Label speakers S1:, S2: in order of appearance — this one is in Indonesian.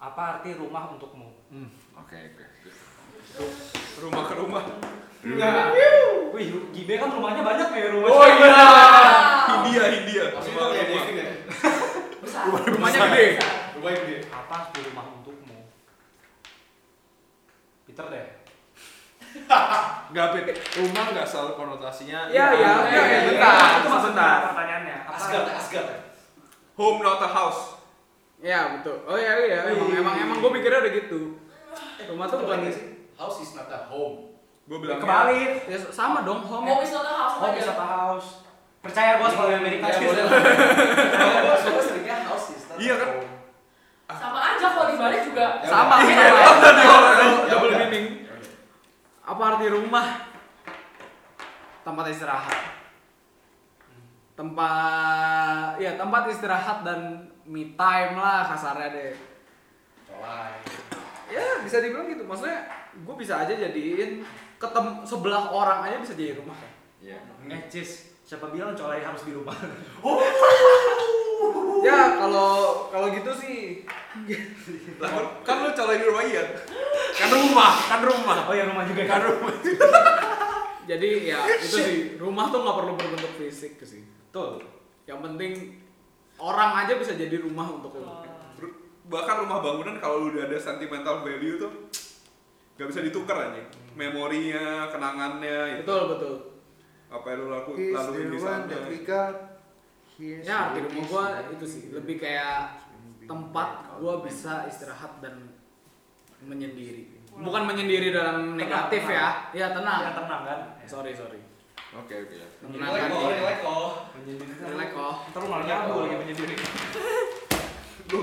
S1: Apa arti rumah untukmu?
S2: Oke, oke.
S3: rumah ke rumah
S1: Nah, wih, Gibe kan rumahnya banyak ya rumah.
S3: oh iya
S4: Wow.
S3: India India
S4: Maksudnya
S3: rumah
S4: kayak
S3: rumah
S4: Devin ya? Besar.
S2: Rumahnya gede.
S4: Besar.
S5: Rumah yang gede.
S1: Apa arti rumah untukmu? Peter deh.
S3: nggak Pit. rumah nggak selalu konotasinya
S2: Ya, ya, oke, oke,
S4: Iya,
S2: bentar,
S1: itu maksudnya
S2: bentar.
S1: pertanyaannya. Apa
S5: Asgard, Asgard.
S3: home not a house
S2: Ya, betul. Oh iya, iya, emang, emang, emang gue mikirnya udah gitu. Rumah tuh bukan
S5: Apa sih? House is not a home.
S3: gue bilang
S1: Kebalik.
S2: Ya, sama dong, home.
S4: Home is not a house
S1: Home
S4: aja.
S1: is not a house. Percaya gua sebagai Amerika.
S5: Ya, boleh. Kalau gue seringnya house is not a
S3: Iya kan?
S5: home.
S4: Sama aja kalau dibalik juga. Iya.
S5: Ya,
S2: Sama,
S5: udah.
S2: sama.
S3: Iya. double
S2: Ya
S5: udah.
S3: meaning
S2: Apa arti rumah? Tempat istirahat. Tempat, ya tempat istirahat dan me time lah kasarnya deh.
S5: Lain.
S2: Ya bisa dibilang gitu. Maksudnya gue bisa aja jadiin ketem sebelah orang aja bisa jadi rumah.
S3: Iya.
S1: Eh, Cis, siapa bilang colai harus di rumah?
S2: Ya kalau kalau gitu sih
S3: Lah, kan lu calon di rumah iya
S2: kan rumah, kan rumah.
S1: Oh ya rumah juga.
S3: kan rumah
S2: Jadi ya itu sih rumah tuh nggak perlu berbentuk fisik sih.
S1: Betul.
S2: Yang penting orang aja bisa jadi rumah untuk lo.
S3: bahkan rumah bangunan kalau udah ada sentimental value tuh nggak bisa ditukar aja memorinya kenangannya itu
S2: Betul betul.
S3: apa yang lu laku,
S6: He's the
S3: laluin di
S6: one
S3: sana
S6: that we got. He's
S2: Ya arti
S6: the
S2: rumah
S6: reason
S2: gua
S6: that
S2: itu sih
S6: we
S2: lebih
S6: got.
S2: kayak tempat gua bisa istirahat dan menyendiri. Bukan menyendiri dalam negatif ya. Ya
S1: Yang
S2: tenang.
S1: tenang kan?
S2: Sorry sorry.
S3: oke oke
S2: Tenang
S5: Leko,
S2: kan.
S5: leko.
S1: Menyendiri.
S2: Relax oh.
S1: Ntar lu malah nyabu lagi menyendiri.
S3: lu